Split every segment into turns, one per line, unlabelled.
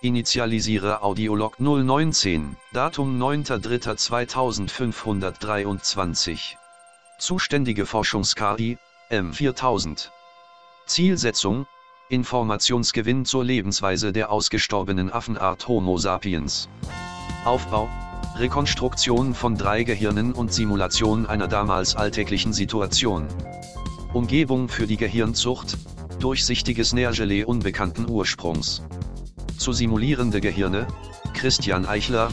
Initialisiere Audiolog 019, Datum 9.3.2523. Zuständige Forschungskari, M4000. Zielsetzung, Informationsgewinn zur Lebensweise der ausgestorbenen Affenart Homo sapiens. Aufbau, Rekonstruktion von drei Gehirnen und Simulation einer damals alltäglichen Situation. Umgebung für die Gehirnzucht, durchsichtiges Nährgelee unbekannten Ursprungs. Zu simulierende Gehirne, Christian Eichler,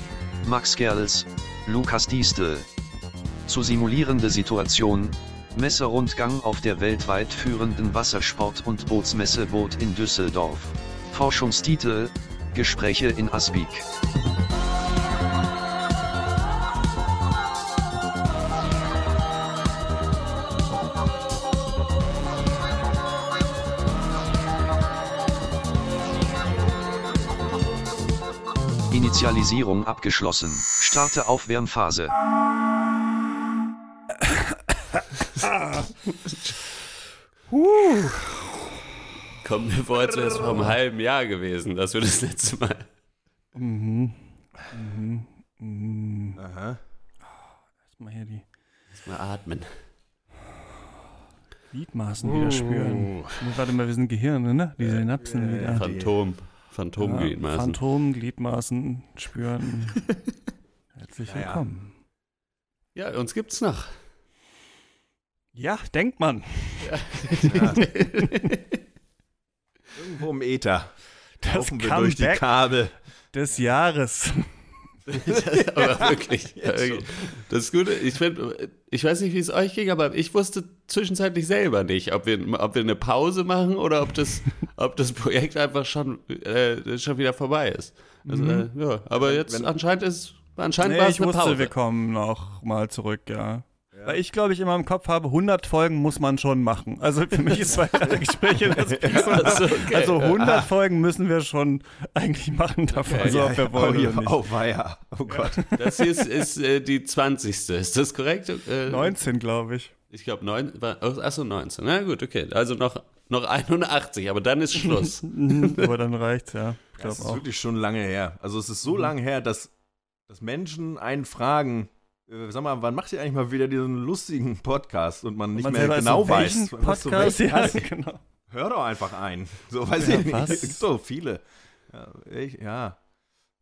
Max Gerls, Lukas Diestel. Zu simulierende Situation, Messerundgang auf der weltweit führenden Wassersport- und Bootsmesse Boot in Düsseldorf. Forschungstitel, Gespräche in Asbeek. Initialisierung abgeschlossen. Starte Aufwärmphase.
Huh. Kommt mir vor, als wäre es vor einem halben Jahr gewesen, dass wir das letzte Mal.
Mhm. Mhm. Mhm.
Aha.
Erstmal hier die
Erstmal atmen.
Gliedmaßen
Hm.
wieder spüren. Warte mal, wir sind Gehirne, ne? Die Synapsen wieder.
Phantom. Phantom
Ja,
geht meistens.
Phantomgliedmaßen spüren. Herzlich
Naja.
willkommen.
Ja, uns gibt's noch.
Ja, denkt man.
Ja. Irgendwo im Äther.
Das
Laufen wir durch die
Comeback
Kabel.
des Jahres.
aber wirklich. wirklich. Das Gute, ich, find, ich weiß nicht, wie es euch ging, aber ich wusste zwischenzeitlich selber nicht, ob wir, ob wir eine Pause machen oder ob das, ob das Projekt einfach schon, äh, schon wieder vorbei ist. Also, äh, ja, aber jetzt
wenn-
anscheinend ist anscheinend
Mhm. Nee,
war es
ich
eine
wusste,
Pause.
wir kommen noch mal zurück, ja. Weil ich, glaube ich, immer im Kopf habe, 100 Folgen muss man schon machen. Also für mich ist zwei Jahre Gespräche das Pensum.
Also, okay.
Also 100 Folgen müssen wir schon eigentlich machen davon,
Okay.
so ob wir wollen
oh,
oder nicht.
oh weia. Oh Gott.
Das hier ist, ist äh, die 20. Ist das korrekt? Äh,
19, glaube ich.
Ich glaube, 9. war- Achso, 19. Na gut, okay. Also noch, noch 81, aber dann ist Schluss.
Aber dann reicht's, ja. Ich
Das
glaube
ist
auch. Mhm.
wirklich schon lange her. Also es ist so lange her, dass, dass Menschen einen fragen, äh, sag mal, wann macht ihr eigentlich mal wieder diesen lustigen Podcast und man nicht
Man
mehr
selber ist
genau
so,
weiß.
welchen
was du
Podcast,
willst?
ja, genau.
Hör doch einfach ein. So weiß
Ja,
ich nicht.
was?
Es gibt so viele. Ja, ich, ja.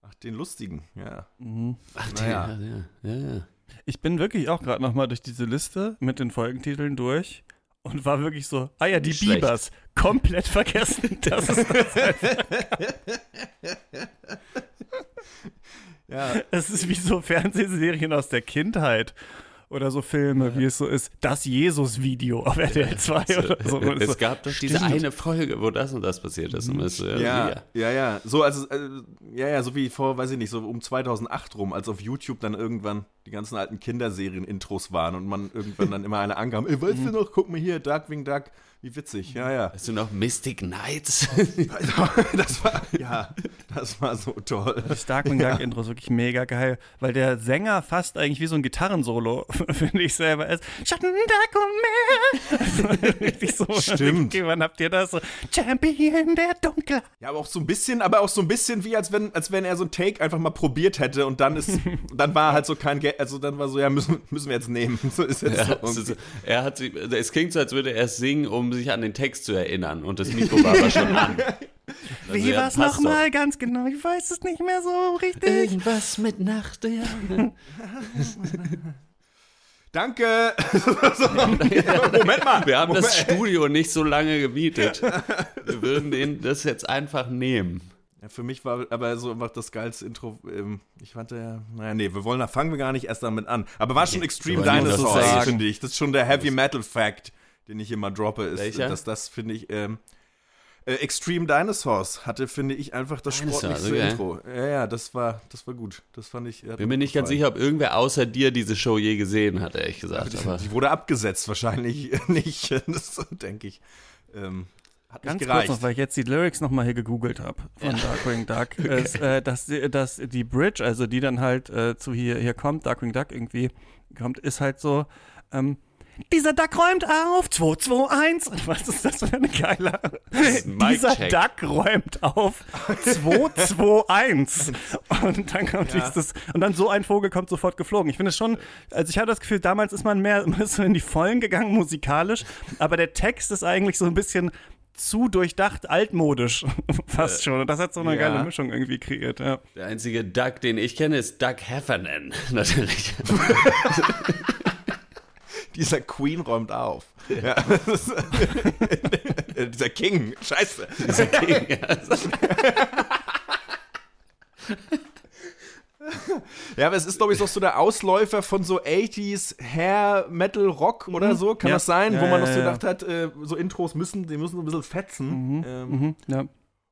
Ach, den lustigen, ja.
Mhm.
Ach,
Naja.
ja, ja, ja.
Ich bin wirklich auch gerade nochmal durch diese Liste mit den Folgentiteln durch und war wirklich so, ah ja, die
Nicht schlecht.
Biebers. Komplett vergessen. Das ist,
Ja,
es ist wie so Fernsehserien aus der Kindheit. Oder so Filme, wie es so ist. Das Jesus-Video auf RTL 2 oder so. Und so,
es gab doch diese
stimmt.
eine Folge, wo das und das passiert ist. Und es, äh,
Ja, ja, ja. So, also, äh, ja, ja, so wie vor, weiß ich nicht, so um 2008 rum, als auf YouTube dann irgendwann die ganzen alten Kinderserien-Intros waren und man irgendwann dann immer eine ankam, ey, weißt du noch, guck mal hier, Darkwing Duck, wie witzig, ja, ja. Also,
Hast du noch Mystic Knights?
Das war, ja, das war so toll.
Das Darkwing Duck Intro ist wirklich mega geil, weil der Sänger fast eigentlich wie so ein Gitarrensolo, finde ich selber, ist. Schatten Dark und mehr. Richtig so.
Stimmt.
Okay, wann habt ihr das? So, Champion der Dunkler.
Ja, aber auch so ein bisschen, aber auch so ein bisschen wie, als wenn, als wenn er so ein Take einfach mal probiert hätte und dann ist, dann war halt so kein Geld, also dann war so, ja, müssen, müssen wir jetzt nehmen. So ist jetzt so.
Es ist- er hat sie, es klingt so, als würde er es singen, um sich an den Text zu erinnern. Und das Mikro war aber schon an. Also,
Wie
ja,
war's
passt doch. Äh,
nochmal ganz genau? Ich weiß es nicht mehr so richtig.
Irgendwas mit Nacht, ja.
Danke! so, Moment mal!
Wir haben das
Moment.
Studio nicht so lange gemietet. Wir würden denen das jetzt einfach nehmen.
Ja, für mich war aber so einfach das geilste Intro. Ähm, ich fand ja, naja, nee, wir wollen da fangen wir gar nicht erst damit an. Aber war schon Extreme
wir wollen nur
Dinosaur,
das sagen.
finde ich. Das ist schon der Heavy Metal Fact, den ich immer droppe, ist,
Welcher?
dass das finde ich. Ähm, äh, Extreme Dinosaurs hatte, finde ich, einfach das
Dinosaurs,
sportlichste
okay.
Intro. Ja, ja, das war, das war gut. Das fand ich. hat
Bin
mir
mir
gut
nicht ganz
gefallen.
sicher, ob irgendwer außer dir diese Show je gesehen hat, ehrlich gesagt. Aber
Also, Die wurde abgesetzt, wahrscheinlich nicht. Das denke ich. Ähm, hat
Ganz
nicht
kurz
gereicht.
noch, weil ich jetzt die Lyrics nochmal hier gegoogelt habe von Darkwing Duck, ist, äh, dass, die- dass die Bridge, also die dann halt äh, zu hier, hier kommt, Darkwing Duck irgendwie kommt, ist halt so, ähm, dieser Duck räumt auf, 221. Was ist das für eine geile?
ist ein Mic-Check.
Dieser Duck räumt auf, 221. Und dann kommt dieses, und dann so ein Vogel kommt sofort geflogen. Ich finde es schon, also ich hatte das Gefühl, damals ist man mehr man ist so in die Vollen gegangen musikalisch, aber der Text ist eigentlich so ein bisschen zu durchdacht altmodisch fast schon. Und das hat so eine
ja.
geile Mischung irgendwie kreiert, ja.
Der einzige Duck, den ich kenne, ist Duck Heffernan. Natürlich.
Dieser Queen räumt auf. Ja. Dieser King, scheiße. Ja, aber es ist, glaube ich, doch so der Ausläufer von so 80s Hair, Metal, Rock oder so, kann
Mhm. Ja.
das sein?
Ja,
wo
ja,
man noch so
ja.
gedacht hat, äh, so Intros müssen, die müssen so ein bisschen fetzen. Ähm,
Mhm, ja.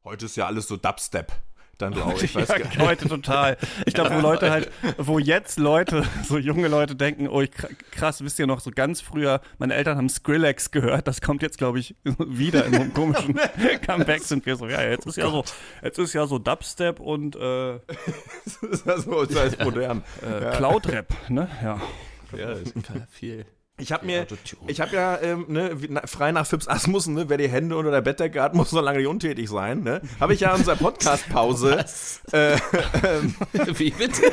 Heute ist ja alles so Dubstep. Dann glaube ich, weiß
ja, genau.
gar nicht.
heute total. Ich glaube, wo Leute halt, wo jetzt Leute, so junge Leute denken, oh, ich, kr- krass, wisst ihr noch, so ganz früher, meine Eltern haben Skrillex gehört, das kommt jetzt, glaube ich, wieder in so einem komischen Comeback sind wir so, ja, jetzt ist ja so, jetzt ist ja so Dubstep und äh,
Das ist ja so, das ist modern.
Cloud-Rap, ne? Ja.
ja, viel.
Ich habe mir, ich habe ja ähm, ne, wie- na, frei nach Fips Asmussen, ne, wer die Hände unter der Bettdecke hat, muss noch lange nicht untätig sein. Ne? Habe ich ja in unserer Podcast-Pause,
Wie bitte?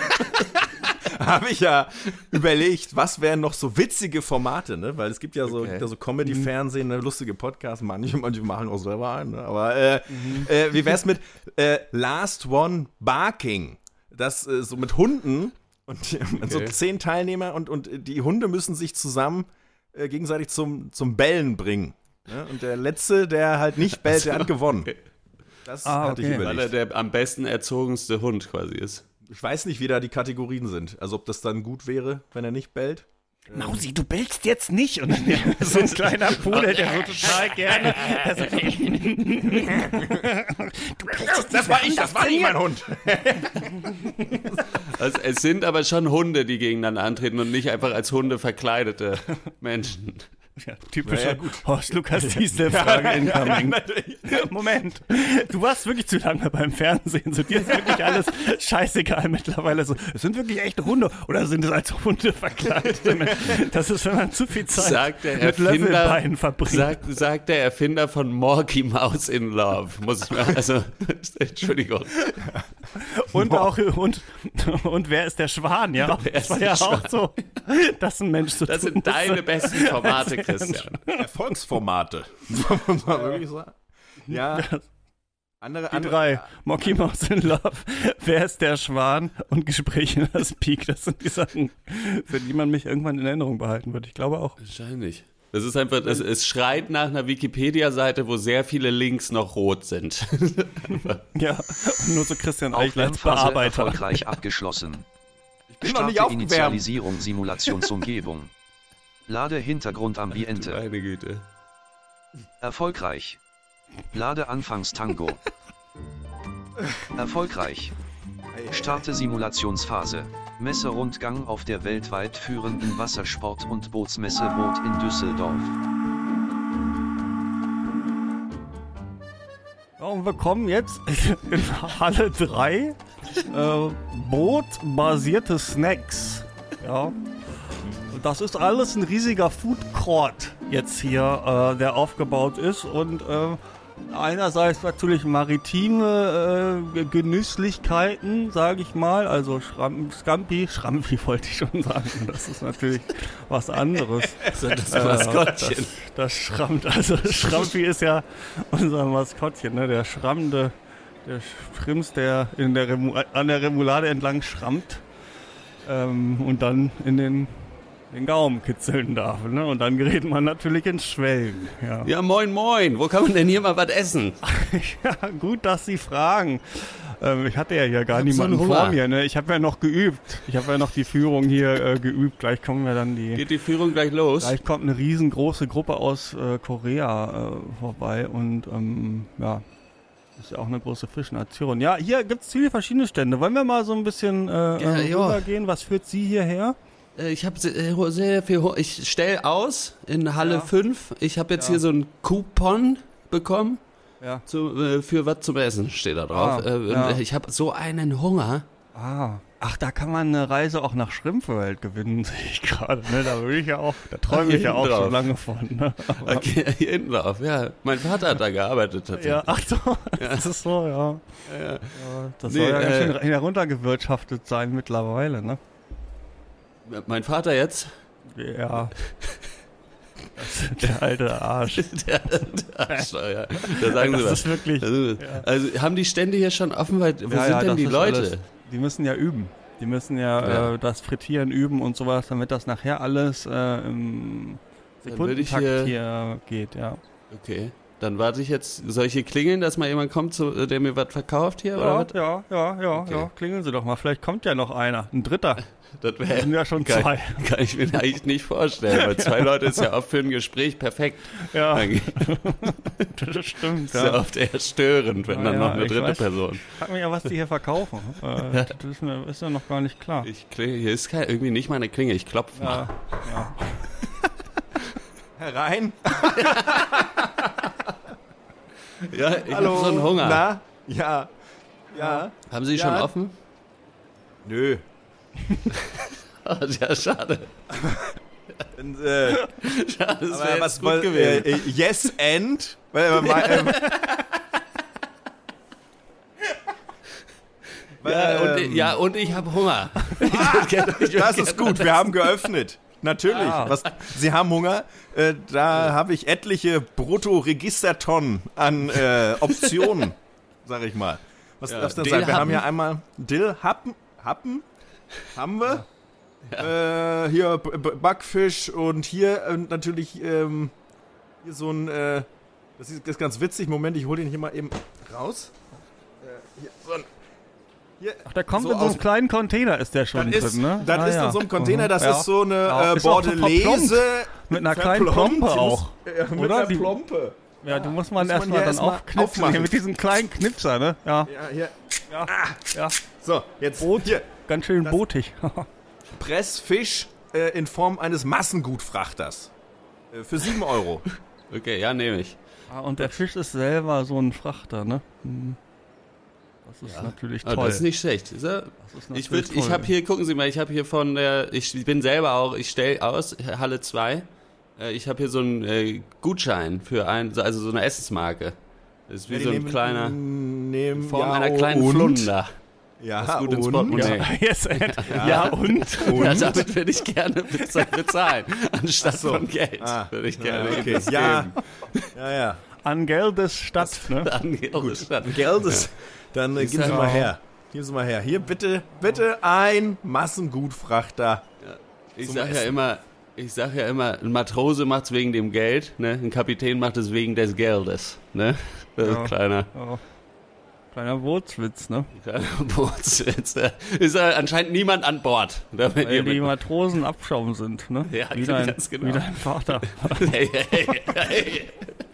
habe ich ja überlegt, was wären noch so witzige Formate, ne? Weil es gibt ja so, gibt ja so Comedy-Fernsehen, ne, lustige Podcasts, manche, manche machen auch selber einen. Ne? Aber äh,
Mhm.
äh, wie wär's mit äh, Last One Barking? Das äh, so mit Hunden und die, so zehn Teilnehmer und, und die Hunde müssen sich zusammen äh, gegenseitig zum, zum Bellen bringen. Ne? Und der Letzte, der halt nicht bellt, der hat gewonnen. Das
Ah,
hatte ich
okay.
Weil er
überlegt.
der am besten erzogenste Hund quasi ist.
Ich weiß nicht, wie da die Kategorien sind. Also ob das dann gut wäre, wenn er nicht bellt.
Mausi, du bellst jetzt nicht. Und dann so ein kleiner Pudel, der so total gerne. Der so, du bellst jetzt
Das war ich, das war nicht mein Hund.
Also, es sind aber schon Hunde, die gegeneinander antreten und nicht einfach als Hunde verkleidete Menschen.
Ja, typische Horst Lukas Diesel Frage incoming. Moment, du warst wirklich zu lange beim Fernsehen. So, dir ist wirklich alles scheißegal mittlerweile. So, es sind wirklich echte Hunde oder sind es als Hunde verkleidete Menschen? Das ist, wenn man zu viel Zeit
Sagt der
mit Löffelbeinen
Erfinder,
verbringt.
sagt, sagt der Erfinder von Morky Mouse in Love. Muss ich mal, also, Entschuldigung.
Und auch und, und wer ist der Schwan? Ja, das
ist
war
der
ja auch so, dass ein Mensch so
Das
tun
sind
muss.
deine besten Formate, Christian.
Erfolgsformate. Soll man mal wirklich sagen? Ja. Andere,
Die
andere,
drei. Mocky Mouse in Love. Wer ist der Schwan? Und Gespräche in das Peak. Das sind die Sachen, für die man mich irgendwann in Erinnerung behalten wird. Ich glaube auch.
Wahrscheinlich. Das ist einfach, es, es schreit nach einer Wikipedia-Seite, wo sehr viele Links noch rot sind.
Ja. Und nur so Christian
Auch
Eichler als
Lernphase
Bearbeiter.
erfolgreich abgeschlossen. Ich
bin noch nicht aufgewärmt.
Initialisierung Simulationsumgebung. Lade Hintergrundambiente.
Meine Güte.
Erfolgreich. Lade Anfangstango. Erfolgreich. Starte Simulationsphase. Messerundgang auf der weltweit führenden Wassersport- und Bootsmesse Boot in Düsseldorf.
Ja, und wir kommen jetzt in Halle 3. Äh, Brotbasierte Snacks. Ja. Und Das ist alles ein riesiger Food Court jetzt hier, äh, der aufgebaut ist. Und äh, einerseits natürlich maritime äh, Genüsslichkeiten, sage ich mal. Also Schram Scampi, Schrampi wollte ich schon sagen. Das ist natürlich was anderes.
So, das
Ja,
Maskottchen.
das, das schrammt. Also Schrampi ist ja unser Maskottchen, ne? der schrammende, der Schrimms, der, in der Remu an der Remoulade entlang schrammt ähm, und dann in den, den Gaumen kitzeln darf. Ne? Und dann gerät man natürlich ins Schwelgen. Ja.
Ja, moin, moin. Wo kann man denn hier mal was essen?
ja, gut, dass Sie fragen. Ähm, ich hatte ja hier gar
so
niemanden
einen
vor
Hunger.
mir. Ne? Ich habe ja noch geübt. Ich habe ja noch die Führung hier äh, geübt. Gleich kommen wir dann die...
Geht die Führung gleich los?
Gleich kommt eine riesengroße Gruppe aus äh, Korea äh, vorbei und ähm, ja, ist ja auch eine große frische Nation. Ja, hier gibt es viele verschiedene Stände. Wollen wir mal so ein bisschen äh, äh,
ja.
rübergehen? Was führt Sie hierher?
Äh, Ich habe sehr, sehr viel. Ho- Ich stelle aus in Halle
Ja.
5. Ich habe jetzt hier so einen Coupon bekommen.
Ja.
Zu, äh, für was zum Essen steht da drauf.
Ah,
Äh,
ja.
Ich habe so einen Hunger.
Ah. Ach, da kann man eine Reise auch nach Schrimpfwelt gewinnen, sehe ich gerade. Ne? Da würde ich ja auch, da träume ich ja auch
Drauf.
schon lange von. Ne?
Okay, hier hinten drauf, ja. Mein Vater hat da gearbeitet tatsächlich.
Ja, ach so, das ist so, ja. Ja, Das
Nee,
soll ja ganz
äh,
schön heruntergewirtschaftet sein mittlerweile, ne?
Mein Vater jetzt?
Ja. Das ist der alte Arsch.
Der, der Arschloch, ja. Da sagen
Das
sie was.
ist wirklich-
Also, also haben die Stände hier schon offen? Weil, wo
Ja,
sind
ja,
denn
das
die
ist
Leute?
alles- die müssen ja üben. Die müssen ja,
Ja.
Äh, das Frittieren üben und sowas, damit das nachher alles äh, im
Dann würde ich
Sekundentakt hier,
hier-
geht, ja.
Okay. Dann warte ich jetzt. Soll ich hier klingeln, dass mal jemand kommt, zu, der mir was verkauft hier? Oder
Ja,
was?
ja, ja, ja,
Okay.
ja. Klingeln Sie doch mal. Vielleicht kommt ja noch einer. Ein dritter.
Das
Das sind
wäre.
ja schon
Geil.
zwei.
Kann ich mir eigentlich nicht vorstellen, weil zwei Leute ist ja oft für ein Gespräch perfekt.
Ja,
Eigentlich
das stimmt.
ist ja
Ja.
oft eher störend, wenn
Ja,
dann
ja,
noch eine
ich
dritte
weiß.
Person.
Frag mich ja, was die hier verkaufen. Äh, das ist mir, ist mir noch gar nicht klar.
Ich klingel, hier ist kein, irgendwie nicht meine Klinge, ich klopf mal.
Ja, ja.
Herein.
Ja, ich
Hallo.
habe so einen Hunger.
Na? Ja. Ja.
Haben Sie
Ja.
schon offen?
Nö.
Ah, ja, schade.
Und, äh,
Schade, das
aber
wäre
was
jetzt
woll-
gut gewesen.
Äh, äh, yes and? Weil, äh, weil, weil, weil,
ja, und,
ähm,
ja, und ich habe Hunger.
Das ist gut, wir haben geöffnet. Natürlich.
Ah.
Was, Sie haben Hunger. Äh, da habe ich etliche Brutto-Registertonnen an äh, Optionen, sage ich mal. Was
Ja,
darf's denn sein? Wir
Dillhappen.
haben ja einmal Dill, Happen, Happen haben wir. Äh, hier B B Backfisch und hier ähm, natürlich ähm, hier so ein. Äh, das, ist, das ist ganz witzig. Moment, ich hole den hier mal eben raus. Äh, hier, so ein, hier,
Ach, der kommt
So
in so
aus-
einem kleinen Container, ist der schon
das ist,
drin, ne?
das
Ah,
ist
ja.
in so einem Container, das
Mhm.
ist so eine
Ja,
äh,
ist auch so
Bordelaise.
Mit einer kleinen
verplombt.
Plombe
Die
auch.
muss- äh, mit
Oder?
einer
Die-
Plompe.
Ja, die muss man
Muss man
erstmal
hier
dann
erstmal
aufknipsen.
aufmachen.
Hier mit diesem kleinen Knipser, ne? Ja,
Ja, hier.
ja,
Ah.
ja.
So, jetzt hier.
Ganz schön
Das-
botig.
Pressfisch äh, in Form eines Massengutfrachters. Äh, für 7 Euro.
Okay, ja, nehme ich.
Ah, Und der Fisch ist selber so ein Frachter, ne? Hm. Das ist natürlich
Ah,
toll.
das ist nicht schlecht. Ist er?
Das ist
Ich,
natürlich
würd- ich
toll.
habe hier, gucken Sie mal, ich habe hier von der, ich bin selber auch, ich stelle aus, Halle 2. Äh, Ich habe hier so einen äh, Gutschein für ein, also so eine Essensmarke. Das ist wie so ein kleiner, in
Nehmen,
Form
ja,
einer kleinen
und,
Flunder.
Ja,
Passt gut
und,
ins Portemonnaie.
Ja, yes, Ed. ja. und?
oh, Ja, Oh,
Und?
damit würde ich gerne bez- bezahlen, anstatt
so.
von Geld.
Ah.
Würde ich
Ja,
gerne ja,
okay. ja, ja, ja.
An Geldes Stadt, ne?
Gut.
Geld ist. Dann äh,
Ist
geben Sie
ja-
mal her. Geben Sie mal her. Hier bitte, bitte ein Massengutfrachter.
Ich
zum
sag ja
Essen.
immer, ich sag ja immer, ein Matrose macht's wegen dem Geld, ne? Ein Kapitän macht es wegen des Geldes, ne? Das ist
Ja.
ein kleiner,
Ja. Kleiner Wurzwitz, ne?
kleiner Bootswitz. da Ist ja anscheinend niemand an Bord. Da wenn
Weil
ihr
die
mit-
Matrosen Abschaum sind, ne?
Ja,
wie dein,
ganz genau.
Wie dein Vater.
hey, hey, hey.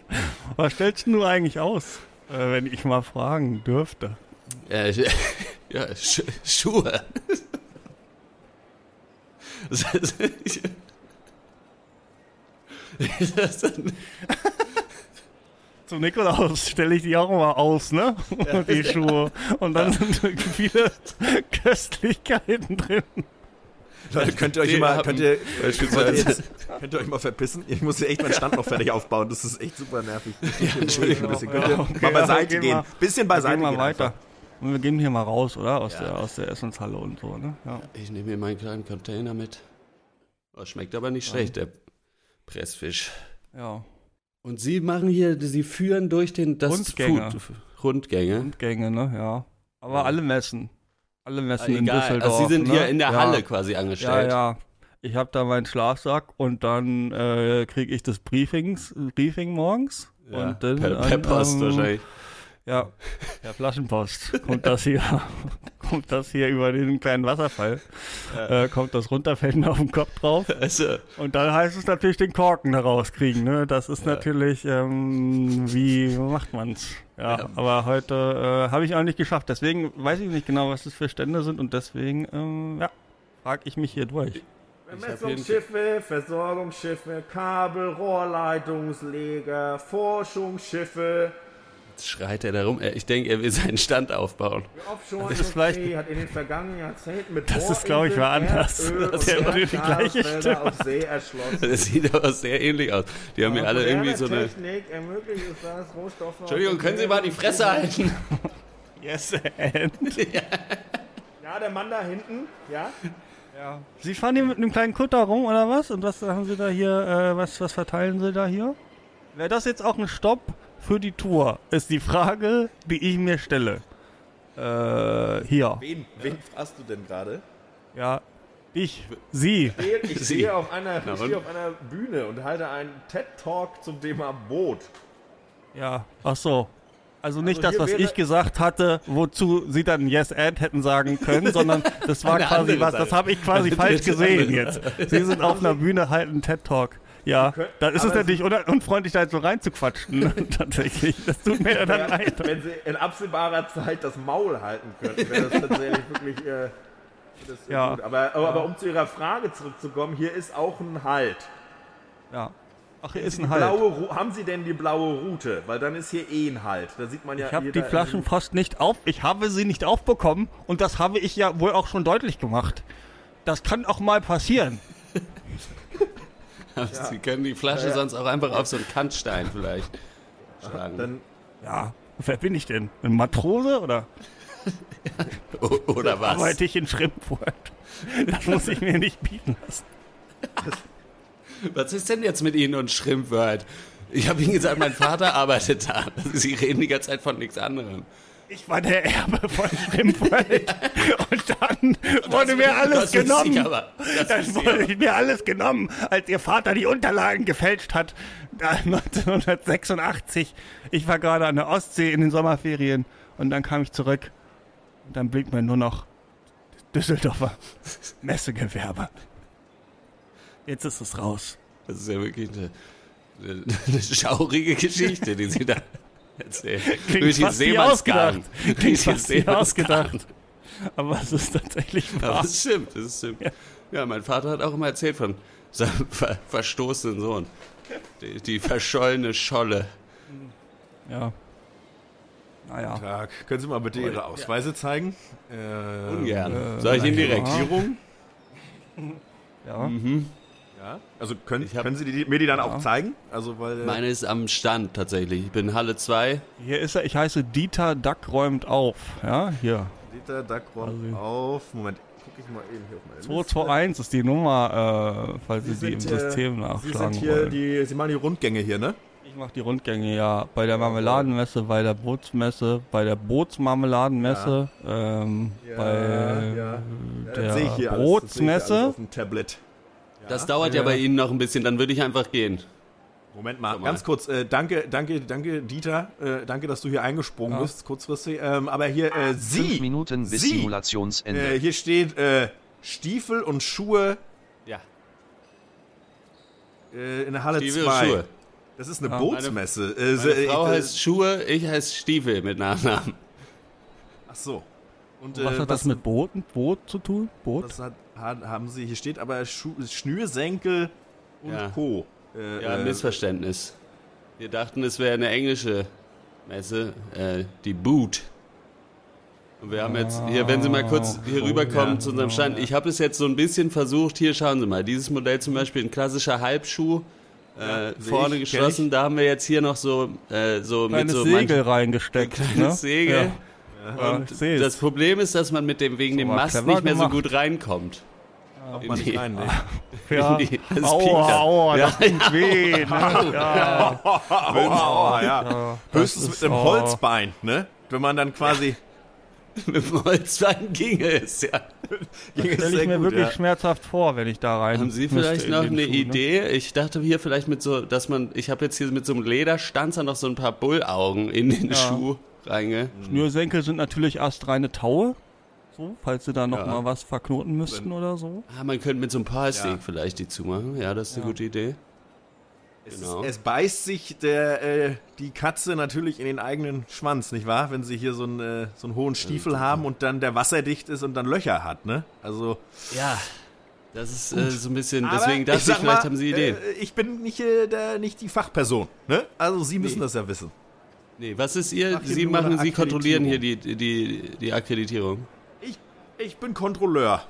Was stellst du eigentlich aus, äh, wenn ich mal fragen dürfte?
Äh, ja, Sch Schuhe. Das ist, ich, das ist,
Zum Nikolaus stelle ich die auch mal aus, ne? die Schuhe. Und dann sind viele Köstlichkeiten drin.
Leute, könnt ihr euch
Die
immer,
haben-
könnt ihr, könnt ihr,
beispielsweise.
jetzt, könnt ihr euch mal verpissen? Ich muss hier echt meinen Stand noch fertig aufbauen. Das ist echt super nervig. Entschuldigung, ein bisschen.
Ja,
Könnt ihr
okay,
mal beiseite
ja, geh
gehen.
mal.
bisschen
Wir
beiseite
gehen mal
gehen
weiter.
einfach.
Und wir gehen hier mal raus, oder? Aus, der, aus der Essenshalle und so, ne? Ja.
Ich nehme mir meinen kleinen Container mit. Oh, schmeckt aber nicht schlecht, der Pressfisch.
ja.
Und Sie machen hier, Sie führen durch den das
Rundgänge.
Food, Rundgänge.
Gänge, ne? Ja. Aber
Ja.
alle messen. Alle
Ah,
messen in
egal,
Düsseldorf.
also Sie sind
ne?
hier in der
ja.
Halle quasi
Ja,
angestellt.
ja. Ich habe da meinen Schlafsack und dann äh, kriege ich das Briefings, Briefing morgens. und dann
per, per
an,
Post
ähm,
wahrscheinlich.
Ja, per Flaschenpost kommt das hier, kommt das hier über den kleinen Wasserfall, äh, kommt das runter, fällt mir auf den Kopf drauf.
Also,
Und dann heißt es natürlich den Korken herauskriegen. Ne? Das ist natürlich, ähm, wie macht man's? Ja,
Ja.
aber heute äh, habe ich auch nicht geschafft. Deswegen weiß ich nicht genau, was das für Stände sind und deswegen, ähm, ja, frage ich mich hier durch.
um Vermessungsschiffe, Versorgungsschiffe, Kabel, Rohrleitungsleger, Forschungsschiffe,
Jetzt schreit er da rum. Ich denke, er will seinen Stand aufbauen.
Offshore-Industrie hat in den vergangenen Jahrzehnten mit
Das ist, glaub ich, mal
Bohrinseln,
anders.
Erdöl
Das
und
ist irgendwie die gleiche
Erdgasfelder
Stimme.
auf See erschlossen.
Das sieht aber sehr ähnlich aus. Die haben ja alle irgendwie so eine.
Technik ermöglicht es, dass Rohstoffe...
Entschuldigung, können Sie mal die Fresse halten?
Yes, and.
Ja, der Mann da hinten, ja?
Sie fahren hier mit einem kleinen Kutter rum oder was? Und was haben Sie da hier, äh, was, was verteilen Sie da hier? Wäre das jetzt auch ein Stopp für die Tour? Ist die Frage, die ich mir stelle. Äh, hier.
Wen, wen hast du denn gerade?
Ja. Ich. Sie.
Ich
Sie.
stehe auf einer, ich
und?
stehe auf einer Bühne und halte einen TED-Talk zum Thema Boot.
Ja. Ach so. Also nicht
Also
das, was
hier wäre-
ich gesagt hatte, wozu Sie dann Yes and hätten sagen können, sondern das war
Eine
quasi
andere
was, das
Seite.
habe ich quasi
Eine
falsch
dritte
gesehen jetzt.
andere.
Sie sind auf einer Bühne, halten einen TED-Talk. Ja,
können-
dann ist es
aber
natürlich un unfreundlich, da jetzt so reinzuquatschen. Tatsächlich, das tut mir ja dann
Ja,
leid.
wenn sie in absehbarer Zeit das Maul halten könnten, wäre das tatsächlich wirklich äh, das
Ja.
ja. gut. Aber, aber, aber um zu Ihrer Frage zurückzukommen, hier ist auch ein Halt.
Ja. Ach, hier ist
Die
ein Halt.
Blaue, Ru- haben Sie denn die blaue Route? Weil dann ist hier eh ein Halt. Da sieht man ja
Ich habe die
jeder-
Flaschen fast nicht auf, ich habe sie nicht aufbekommen und das habe ich ja wohl auch schon deutlich gemacht. Das kann auch mal passieren.
Sie können die Flasche sonst auch einfach auf so einen Kantstein vielleicht schlagen.
Dann,
Ja, wer bin ich denn? Ein Matrose oder
O- Oder was?
arbeite ich in Schrimpfurt? Das muss ich mir nicht bieten lassen.
Was ist denn jetzt mit Ihnen und Schrimpwörth? Ich habe Ihnen gesagt, mein Vater arbeitet da. Sie reden die ganze Zeit von nichts anderem.
Ich war der Erbe von Schrimpfurt und dann wurde mir alles
das wusste
genommen.
Ich aber. Das
Das
wusste ich
wurde mir alles genommen, als ihr Vater die Unterlagen gefälscht hat. Da 1986. Ich war gerade an der Ostsee in den Sommerferien und dann kam ich zurück. Und dann blinkt mir nur noch Düsseldorfer Messegewerbe. Jetzt ist es raus.
Das ist ja wirklich eine, eine, eine schaurige Geschichte, die Sie da erzählen. Durch die
fast wie
Seemannsgarn.
ausgedacht.
Durch die
Klingt fast wie
Seemannsgarn.
ausgedacht. Aber es ist tatsächlich
Aber
wahr.
das stimmt, das stimmt. Ja. mein Vater hat auch immer erzählt von seinem ver verstoßenen Sohn. Die, die verschollene Scholle.
Ja. Naja.
Tag. Können Sie mal bitte Ihre Ausweise zeigen? Äh,
Ungern.
äh,
Soll ich ihn direkt?
Regierung?
Ja.
Mhm.
Ja. Also können,
hab-
können Sie die, mir die dann auch zeigen? Also weil äh,
Meine ist am Stand tatsächlich. Ich bin Halle 2.
Hier ist er. Ich heiße Dieter Duck räumt auf. Ja, hier.
Dieter
Also
Duckrom auf. Moment, guck ich mal eben hier auf meine Liste.
221 ist die Nummer, äh, falls Sie, die im
äh,
System
Sie
nachschlagen
sind hier
wollen.
die, Sie machen die Rundgänge hier, ne?
Ich mache die Rundgänge ja bei der Marmeladenmesse, bei der Bootsmesse, bei der Bootsmarmeladenmesse, ähm, bei
Äh,
äh,
ja.
der
das sehe ich hier alles. Das sehe ich hier alles
Bootsmesse.
auf dem Tablet.
Das dauert ja. bei Ihnen noch ein bisschen, dann würde ich einfach gehen.
Moment mal,
mal.
ganz kurz. Äh, danke, danke, danke, Dieter. Äh, danke, dass du hier eingesprungen bist, kurzfristig. Ähm, aber hier,
Ah,
äh,
Fünf
Sie,
Minuten bis
Sie.
Simulationsende.
äh, hier steht äh, Stiefel und Schuhe
Ja.
äh, in der Halle
Stiefel und
2.
Schuhe.
Das ist eine Bootsmesse. Äh, so,
Meine
äh,
Frau
ich-
heißt Schuhe, ich heiße Stiefel mit Nachnamen.
Ach so. Und,
äh,
Was hat das mit Booten, Boot zu tun? Boot?
Was hat, hat, haben Sie? Hier steht aber Schu Schnürsenkel und
Ja.
Co. Äh,
Ja,
äh,
Missverständnis. Wir dachten, es wäre eine englische Messe, äh, die Boot. Und wir haben jetzt, hier, wenn Sie mal kurz
Ah,
hier rüberkommen zu unserem Stand, ich habe es jetzt so ein bisschen versucht, hier schauen Sie mal, dieses Modell zum Beispiel, ein klassischer Halbschuh, äh,
sehe
vorne
ich, kenn
geschlossen, da haben wir jetzt hier noch so, äh, so
Kleines
mit so manchen-
Segel reingesteckt.
Kleines
ne?
Segel.
Ja. Und
Das Problem ist, dass man mit dem wegen dem
Aber
Mast
clever
nicht mehr
gemacht.
so gut reinkommt.
ob man nicht rein, ne?
ja.
die- das piekt
Aua,
dann.
aua, das tut weh. Ne? Ja.
Aua, ja. Höchstens
das
mit einem
ist- oh.
Holzbein, ne? Wenn man dann quasi.
Mit dem Holzbein ginge es, ja.
ging es
Stelle
sehr
ich mir
gut,
wirklich
ja.
schmerzhaft vor, wenn ich da rein
Haben Sie
müsste
vielleicht
in
noch
den
eine
Schuh, ne?
Idee? Ich dachte hier vielleicht mit so, dass man, ich habe jetzt hier mit so einem Lederstanzer noch so ein paar Bullaugen in den Schuh reinge.
Schnürsenkel sind natürlich astreine Taue. So, falls sie da noch
Ja.
mal was verknoten müssten oder so.
Ah, man könnte mit so einem Palstig
Ja.
vielleicht die zumachen. Ja, das ist eine gute Idee.
Es, ist,
Genau.
es beißt sich der, äh, die Katze natürlich in den eigenen Schwanz, nicht wahr? Wenn sie hier so einen, äh, so einen hohen Stiefel haben und dann der wasserdicht ist und dann Löcher hat, ne? Also.
Ja. Das ist äh, so ein bisschen,
Aber
deswegen dachte ich,
sag
vielleicht
mal,
haben Sie Ideen.
Äh, ich bin nicht, äh, der, nicht die Fachperson, ne? Also Sie müssen das ja wissen.
Nee, was ist ihr?
Mach hier
Sie
nur
machen,
eine
Sie kontrollieren hier die,
Akkreditierung.
die, die Akkreditierung.
Ich, ich bin Kontrolleur.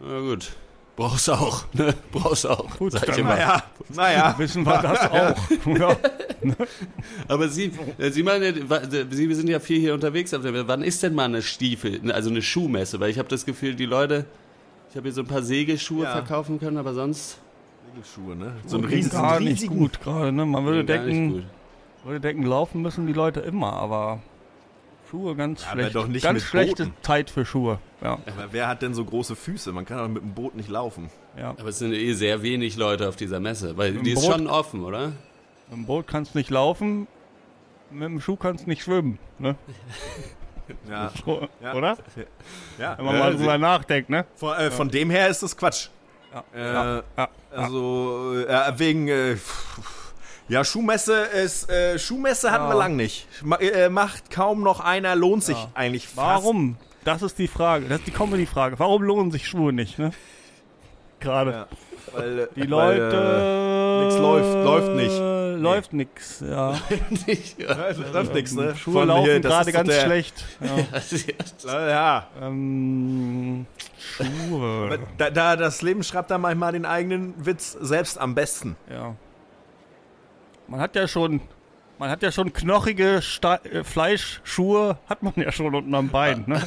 Na gut. Brauchst auch, ne? Brauchst auch.
Gut,
sag ich
dann
immer.
Naja, naja.
Wissen wir das auch. Ja.
Aber Sie, äh, Sie, machen ja, wa- äh, Sie sind ja viel hier unterwegs. auf der Welt. Wann ist denn mal eine Stiefel, ne, also eine Schuhmesse? Weil ich habe das Gefühl, die Leute, ich habe hier so ein paar Segelschuhe
Ja.
verkaufen können, aber sonst
Segelschuhe, ne? So ein
Ging
riesen,
gar nicht
riesigen
gut gerade. Ne? Man würde
gar nicht
denken,
gut.
würde denken, laufen müssen die Leute immer, aber Schuhe ganz
Aber
schlecht.
doch nicht
ganz
mit
schlechte
Booten.
Zeit für Schuhe. Ja,
Aber wer hat denn so große Füße? Man kann doch mit dem Boot nicht laufen.
ja.
Aber es sind eh sehr wenig Leute auf dieser Messe, weil die ist
Boot-
schon offen, oder?
Mit dem Boot kannst du nicht laufen, mit dem Schuh kannst du nicht schwimmen. Ne?
Ja.
So,
Ja.
Oder?
ja.
Wenn man mal drüber nachdenkt, ne?
Von, äh, von dem her ist das Quatsch.
Ja.
Äh,
ja.
Also, äh, wegen, äh, pff, ja, Schuhmesse ist, äh, Schuhmesse hatten
Ja.
wir lang nicht. Ma äh, macht kaum noch einer, lohnt sich eigentlich fast.
Warum? Das ist die Frage. Das ist die Comedy-Frage. Warum lohnen sich Schuhe nicht, ne? Gerade.
Ja. Weil, äh,
Die
weil,
Leute.
nix läuft, läuft nicht.
Läuft nix, ja.
Nicht, ja.
Äh, es läuft nichts, ne?
um Schuhe
Von
laufen
hier, das
gerade
ist doch
ganz
der-
schlecht. Ja.
Ja,
ähm, Schuhe.
aber da, da, das Leben schreibt da manchmal den eigenen Witz selbst am besten.
ja. Man hat ja schon. Man hat ja schon knochige Sta äh, Fleischschuhe, hat man ja schon unten am Bein, ne?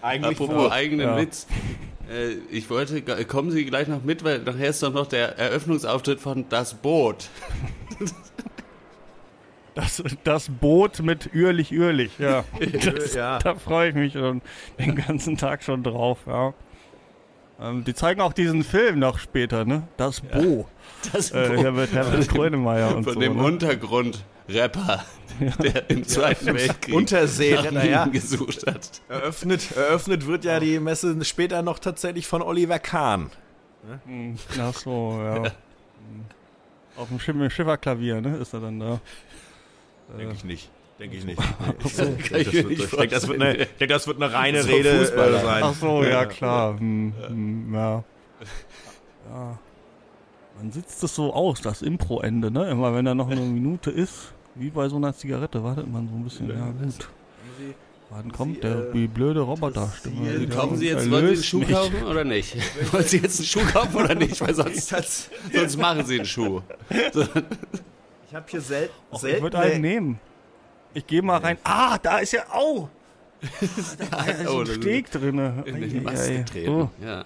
Eigentlich
Apropos eigenen
Ja.
Witz. Äh, Ich wollte, kommen Sie gleich noch mit, weil nachher ist doch noch der Eröffnungsauftritt von Das Boot.
Das, das Boot mit Ürlich Ürlich, ja. Das,
Ja.
Da freue ich mich schon den ganzen Tag schon drauf, ja. Ähm, die zeigen auch diesen Film noch später, ne? Das Bo.
Das
Äh, Herbert, Herbert Grönemeyer und
Von
so.
dem
ne?
Untergrundrapper, der im Zweiten Weltkrieg
Unterseerenner,
Frieden
ja.
gesucht hat.
Eröffnet, eröffnet wird ja die Messe später noch tatsächlich von Oliver Kahn.
Ach so, Mhm. ja. Auf dem Schiff, mit dem Schifferklavier, ne? Ist er dann da.
Denke ich nicht. Denke ich nicht.
Kann ich mir nicht
Ich denke, das wird
vorstellen.
eine, ich denke, das wird eine reine
Das ist doch
Rede
Fußballer.
äh, sein.
Ach so, ja klar. Hm, hm, ja. ja. Man sitzt es so aus, das Impro-Ende, ne? Immer wenn da noch eine Minute ist, wie bei so einer Zigarette, wartet man so ein bisschen. Ja, gut. Wann kommt der, wie blöde Roboterstimme? wieder
Also Kaufen äh, Sie
und
jetzt, wollen Sie einen
erlöst
Schuh
mich.
kaufen oder nicht? Wollen Sie jetzt einen Schuh kaufen oder nicht? Weil sonst, sonst machen Sie einen Schuh.
Ich habe hier sel
Oh, Ich
selten.
würde einen
ne?
nehmen. Ich gehe mal rein. Ah, da ist ja.
oh.
Au! Da ist
Oh,
ein
das ist-
Steg drin.
In die Maske treten.
Oh.
Ja.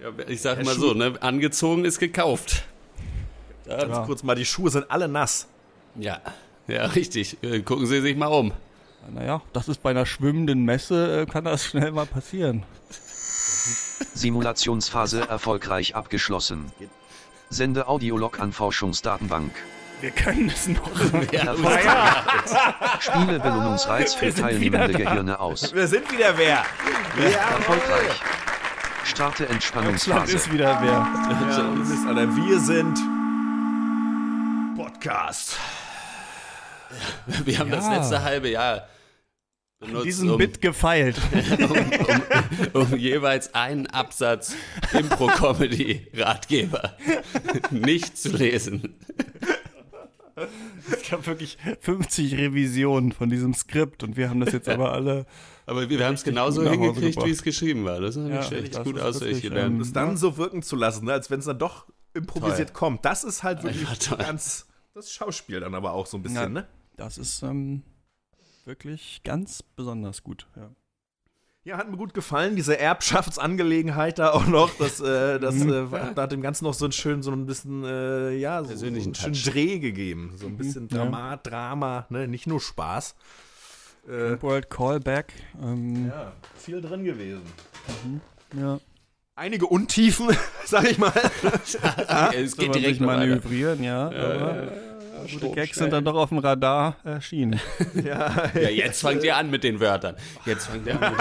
Ja, ich sag mal so, ne? angezogen ist gekauft.
Ganz
Ja.
kurz mal, die Schuhe sind alle nass.
Ja, ja, richtig. Äh, Gucken Sie sich mal um.
Naja, das ist bei einer schwimmenden Messe, äh, kann das schnell mal passieren.
Simulationsphase erfolgreich abgeschlossen. Sende Audiolog an Forschungsdatenbank.
Wir können es noch.
Ja,
Spiele Belohnungsreiz für teilnehmende Gehirne aus.
Wir sind wieder wer.
Erfolgreich. Starte
Deutschland
Entspannungsphase.
ist wieder wer.
Ja, und es ist- Oder wir sind Podcast.
wir haben das
Ja.
letzte halbe Jahr benutzt,
Diesen
um,
Bit gefeilt.
um jeweils einen Absatz Impro-Comedy-Ratgeber nicht zu lesen.
Es gab wirklich 50 Revisionen von diesem Skript und wir haben das jetzt aber alle.
Aber wir haben es genauso
gut nach Hause
hingekriegt,
gebracht.
wie es geschrieben war. Das ist nämlich
Ja,
echt
das
gut
ist
auswendig
wirklich,
gelernt.
Das dann so wirken zu lassen, ne, als wenn es dann doch improvisiert kommt. Das ist halt wirklich
Ja, toll.
ganz das Schauspiel dann aber auch so ein bisschen,
Ja.
ne?
Das ist ähm, wirklich ganz besonders gut. Ja.
Ja, hat mir gut gefallen, diese Erbschaftsangelegenheit da auch noch. Das, äh, das äh, hat hat dem Ganzen noch so einen schönen, so ein bisschen, äh, ja, so, so
Persönlichen
einen schönen
Touch.
Dreh gegeben. So ein bisschen Drama, Drama, ne? Nicht nur Spaß. Äh,
World Callback. Ähm,
ja, viel drin gewesen.
ja.
Einige Untiefen, sag ich mal.
Ah, es geht
Kann man
direkt
sich
noch weiter.
manövrieren, ja. aber gute Gags sind dann doch auf dem Radar erschienen.
Ja, jetzt fangt ihr an mit den Wörtern. Jetzt fangt ihr an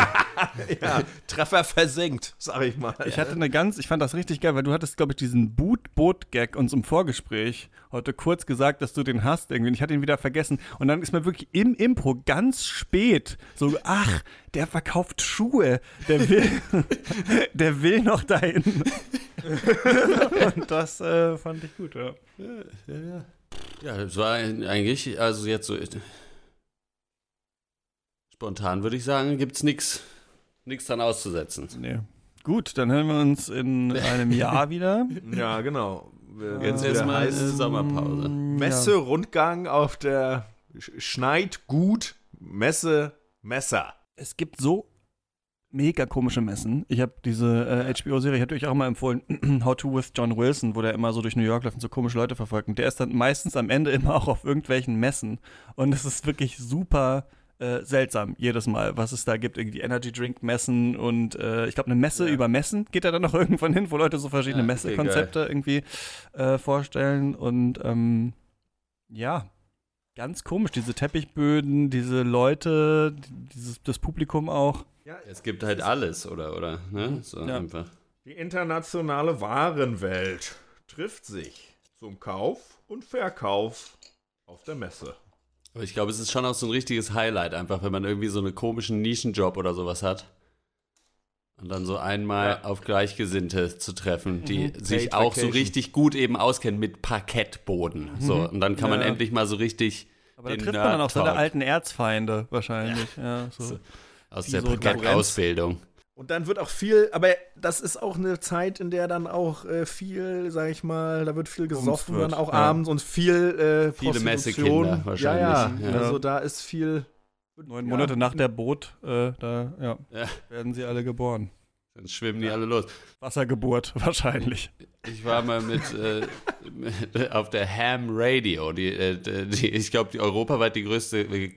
mit
Ja, Treffer versenkt, sag ich mal.
Ich hatte eine ganz, ich fand das richtig geil, weil du hattest, glaube ich, diesen Boot-Boot-Gag uns im Vorgespräch heute kurz gesagt, dass du den hast irgendwie. Und ich hatte ihn wieder vergessen. Und dann ist mir wirklich im Impro ganz spät so, ach, der verkauft Schuhe. Der will, der will noch dahin. Und das äh, fand ich gut, ja.
Ja, ja. Ja, es war eigentlich, also jetzt so. Spontan würde ich sagen, gibt's nichts nix dran auszusetzen.
Nee. Gut, dann hören wir uns in einem Jahr wieder.
Ja, äh, genau. Wir-
Jetzt
wieder
erstmal äh,
heißt
Sommerpause.
Messe-Rundgang auf der Sch- Schneidgut Messe Messer.
Es gibt so mega komische Messen. Ich habe diese äh, HBO-Serie, ich hatte euch auch mal empfohlen, How to with John Wilson, wo der immer so durch New York läuft und so komische Leute verfolgt. Und der ist dann meistens am Ende immer auch auf irgendwelchen Messen. Und es ist wirklich super äh, seltsam jedes Mal, was es da gibt. Irgendwie Energy Drink Messen und äh, ich glaube eine Messe über Messen geht er dann noch irgendwann hin, wo Leute so verschiedene
Ja,
Messekonzepte irgendwie äh, vorstellen. Und ähm, ja, Ganz komisch, diese Teppichböden, diese Leute, die- dieses, das Publikum auch.
Es gibt halt alles, oder? oder ne? So
Ja.
einfach.
Die internationale Warenwelt trifft sich zum Kauf und Verkauf auf der Messe.
Aber ich glaube, es ist schon auch so ein richtiges Highlight, einfach, wenn man irgendwie so einen komischen Nischenjob oder sowas hat. Und dann so einmal auf Gleichgesinnte zu treffen, die sich
Paid
auch so
Vacation.
richtig gut eben auskennen mit Parkettboden. So, und dann kann man
Ja.
endlich mal so richtig
Aber da
Den
trifft man dann auch seine
Nerd-Talk.
alten Erzfeinde wahrscheinlich. Ja, so.
So. aus
Wie
der
so
Parkettausbildung.
Und dann wird auch viel, aber das ist auch eine Zeit, in der dann auch äh, viel, sag ich mal, da wird viel gesoffen,
wird,
dann
ja.
auch abends und viel äh,
Viele
Prostitution.
Messekinder wahrscheinlich,
Ja, ja,
ja.
also da ist viel.
Neun
Ja.
Monate nach der Boot, äh, da ja,
Ja.
werden sie alle geboren.
Dann schwimmen die alle los.
Wassergeburt wahrscheinlich.
Ich war mal mit, äh, mit auf der Ham Radio, die, äh, die ich glaube, die europaweit die größte äh,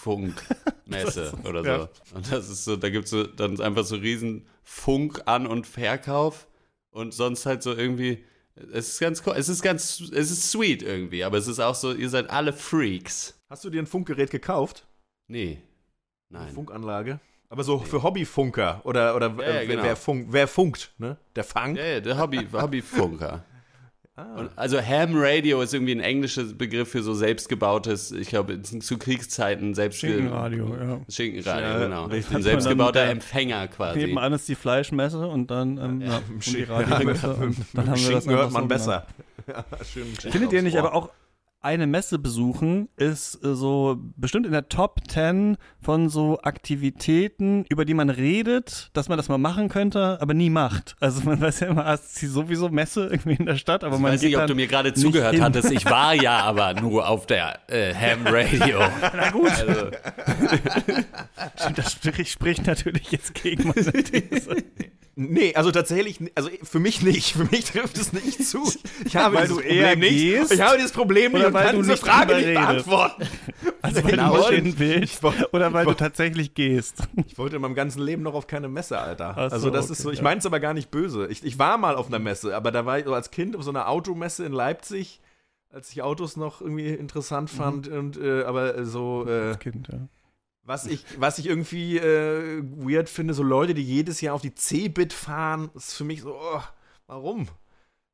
Kleinfunkmesse oder so.
ja.
Und das ist so, da gibt es so, dann einfach so riesen Funk an und Verkauf und sonst halt so irgendwie. Es ist ganz cool, es ist ganz, es ist sweet irgendwie, aber es ist auch so, ihr seid alle Freaks.
Hast du dir ein Funkgerät gekauft?
Nee.
Eine
Nein.
Funkanlage? Aber so für Hobbyfunker oder, oder
Ja,
äh,
ja,
wer-
genau.
wer, funk, wer funkt, ne? Der Funk.
Ja, ja, der Hobby, Hobbyfunker.
Ah.
Und also Ham Radio ist irgendwie ein englischer Begriff für so selbstgebautes, ich glaube zu Kriegszeiten selbstgebautes
Schinkenradio, ja.
Schinkenradio,
Ja,
genau.
richtig.
Ein selbstgebauter
Hat man dann
Empfänger quasi.
Nebenan ist die Fleischmesse und dann ähm, ja, und die
Schi-
Radiomesse
ja,
und
Mit
dann haben wir das einfach
Schinken hört
so genannt.
man besser. Ja, schön Schinken
Findet ihr
aufs
nicht
Ohr.
aber auch eine Messe besuchen ist äh, so bestimmt in der Top 10 von so Aktivitäten, über die man redet, dass man das mal machen könnte, aber nie macht. Also man weiß ja immer, ah, es ist sowieso Messe irgendwie in der Stadt, aber
ich
man
weiß
geht
nicht, ob
dann,
du mir gerade
nicht
zugehört
hin.
hattest. Ich war ja aber nur auf der äh, Ham Radio. Na gut. Also,
das sprich, spricht natürlich jetzt gegen meine These.
Nee, also tatsächlich, also für mich nicht. Für mich trifft es nicht zu. Ich habe
Weil
dieses
du eher
Problem nicht.
gehst?
ich habe dieses Problem nicht
Oder
und
weil
kann
du
diese
nicht
Frage
drüber
nicht
redest?
beantworten.
Also weil
Genau.
du stehen willst
Ich wollte-
oder weil du tatsächlich gehst.
Ich wollte in meinem ganzen Leben noch auf keine Messe, Alter.
Ach so,
also das ist
okay,
so, ich
ja.
meine es aber gar nicht böse. Ich, ich war mal auf einer Messe, aber da war ich so als Kind auf so einer Automesse in Leipzig, als ich Autos noch irgendwie
Mhm.
interessant fand und äh, aber äh, so äh,
Kind, ja.
was ich was ich irgendwie äh, weird finde, so Leute, die jedes Jahr auf die C-Bit fahren, ist für mich so oh, warum?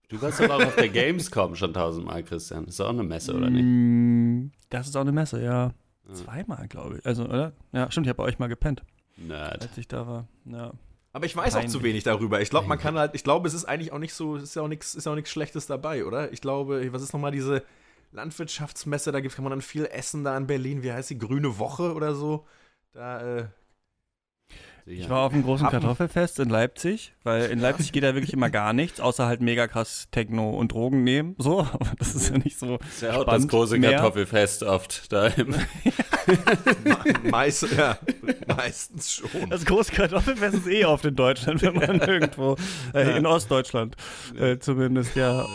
du warst aber auch auf der Gamescom schon tausendmal, Christian. Ist auch eine Messe, oder nicht? Hm.
Mm, Das ist auch eine Messe, ja.
Ja.
Zweimal, glaube ich. Also, oder? Ja, stimmt, ich habe bei euch mal gepennt,
Nerd.
als ich da war. Ja.
Aber ich weiß auch zu
Peinlich.
wenig darüber. Ich glaube, man kann halt, ich glaube, es ist eigentlich auch nicht so, es ist ja auch nichts, ist ja auch nichts Schlechtes dabei, oder? Ich glaube, was ist nochmal diese Landwirtschaftsmesse, da gibt, kann man dann viel essen da in Berlin, wie heißt die, Grüne Woche oder so? Da, äh,
Ich war auf dem großen
Happen.
Kartoffelfest in Leipzig, weil in Leipzig geht ja wirklich immer gar nichts, außer halt mega krass Techno und Drogen nehmen. So, aber das ist ja nicht so.
Das ist ja auch das
spannend.
große
Mehr-
Kartoffelfest oft da im
meist, ja, meistens schon.
Das große Kartoffelfest ist eh oft in Deutschland, wenn man irgendwo, äh, in Ostdeutschland äh, zumindest, ja.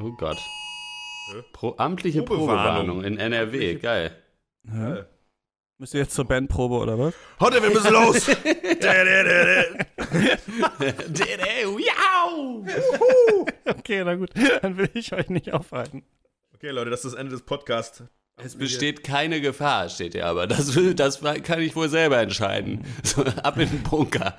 Oh Gott. Pro, amtliche
Probewarnung.
Probewarnung in NRW, geil.
Hä? Müsst ihr jetzt zur Bandprobe oder was?
Heute, wir müssen los!
Okay, na gut, dann will ich euch nicht aufhalten.
Okay, Leute, das ist das Ende des Podcasts.
Es besteht keine Gefahr, steht ja aber. Das, will- das kann ich wohl selber entscheiden. So, ab in den Bunker.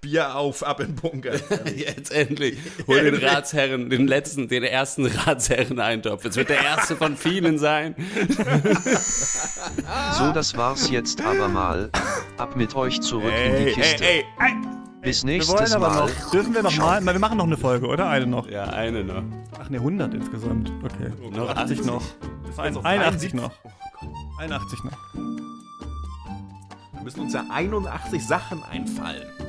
Bier auf, ab in den Bunker.
Jetzt endlich. Hol den Ratsherren, den letzten, den ersten Ratsherren-Eintopf. Es wird der erste von vielen sein.
So, das war's jetzt aber mal. Ab mit euch zurück in die Kiste.
ey, ey,
Bis
Wir wollen
nächstes
aber
Mal.
noch. Dürfen wir noch mal? Na, Wir machen noch eine Folge, oder? Eine noch.
Ja, eine noch.
Ach ne, 100 insgesamt. Okay.
Noch
80 noch.
Das
also
war jetzt
81
auf 71.
noch. 81 noch.
Da müssen uns ja 81 Sachen einfallen.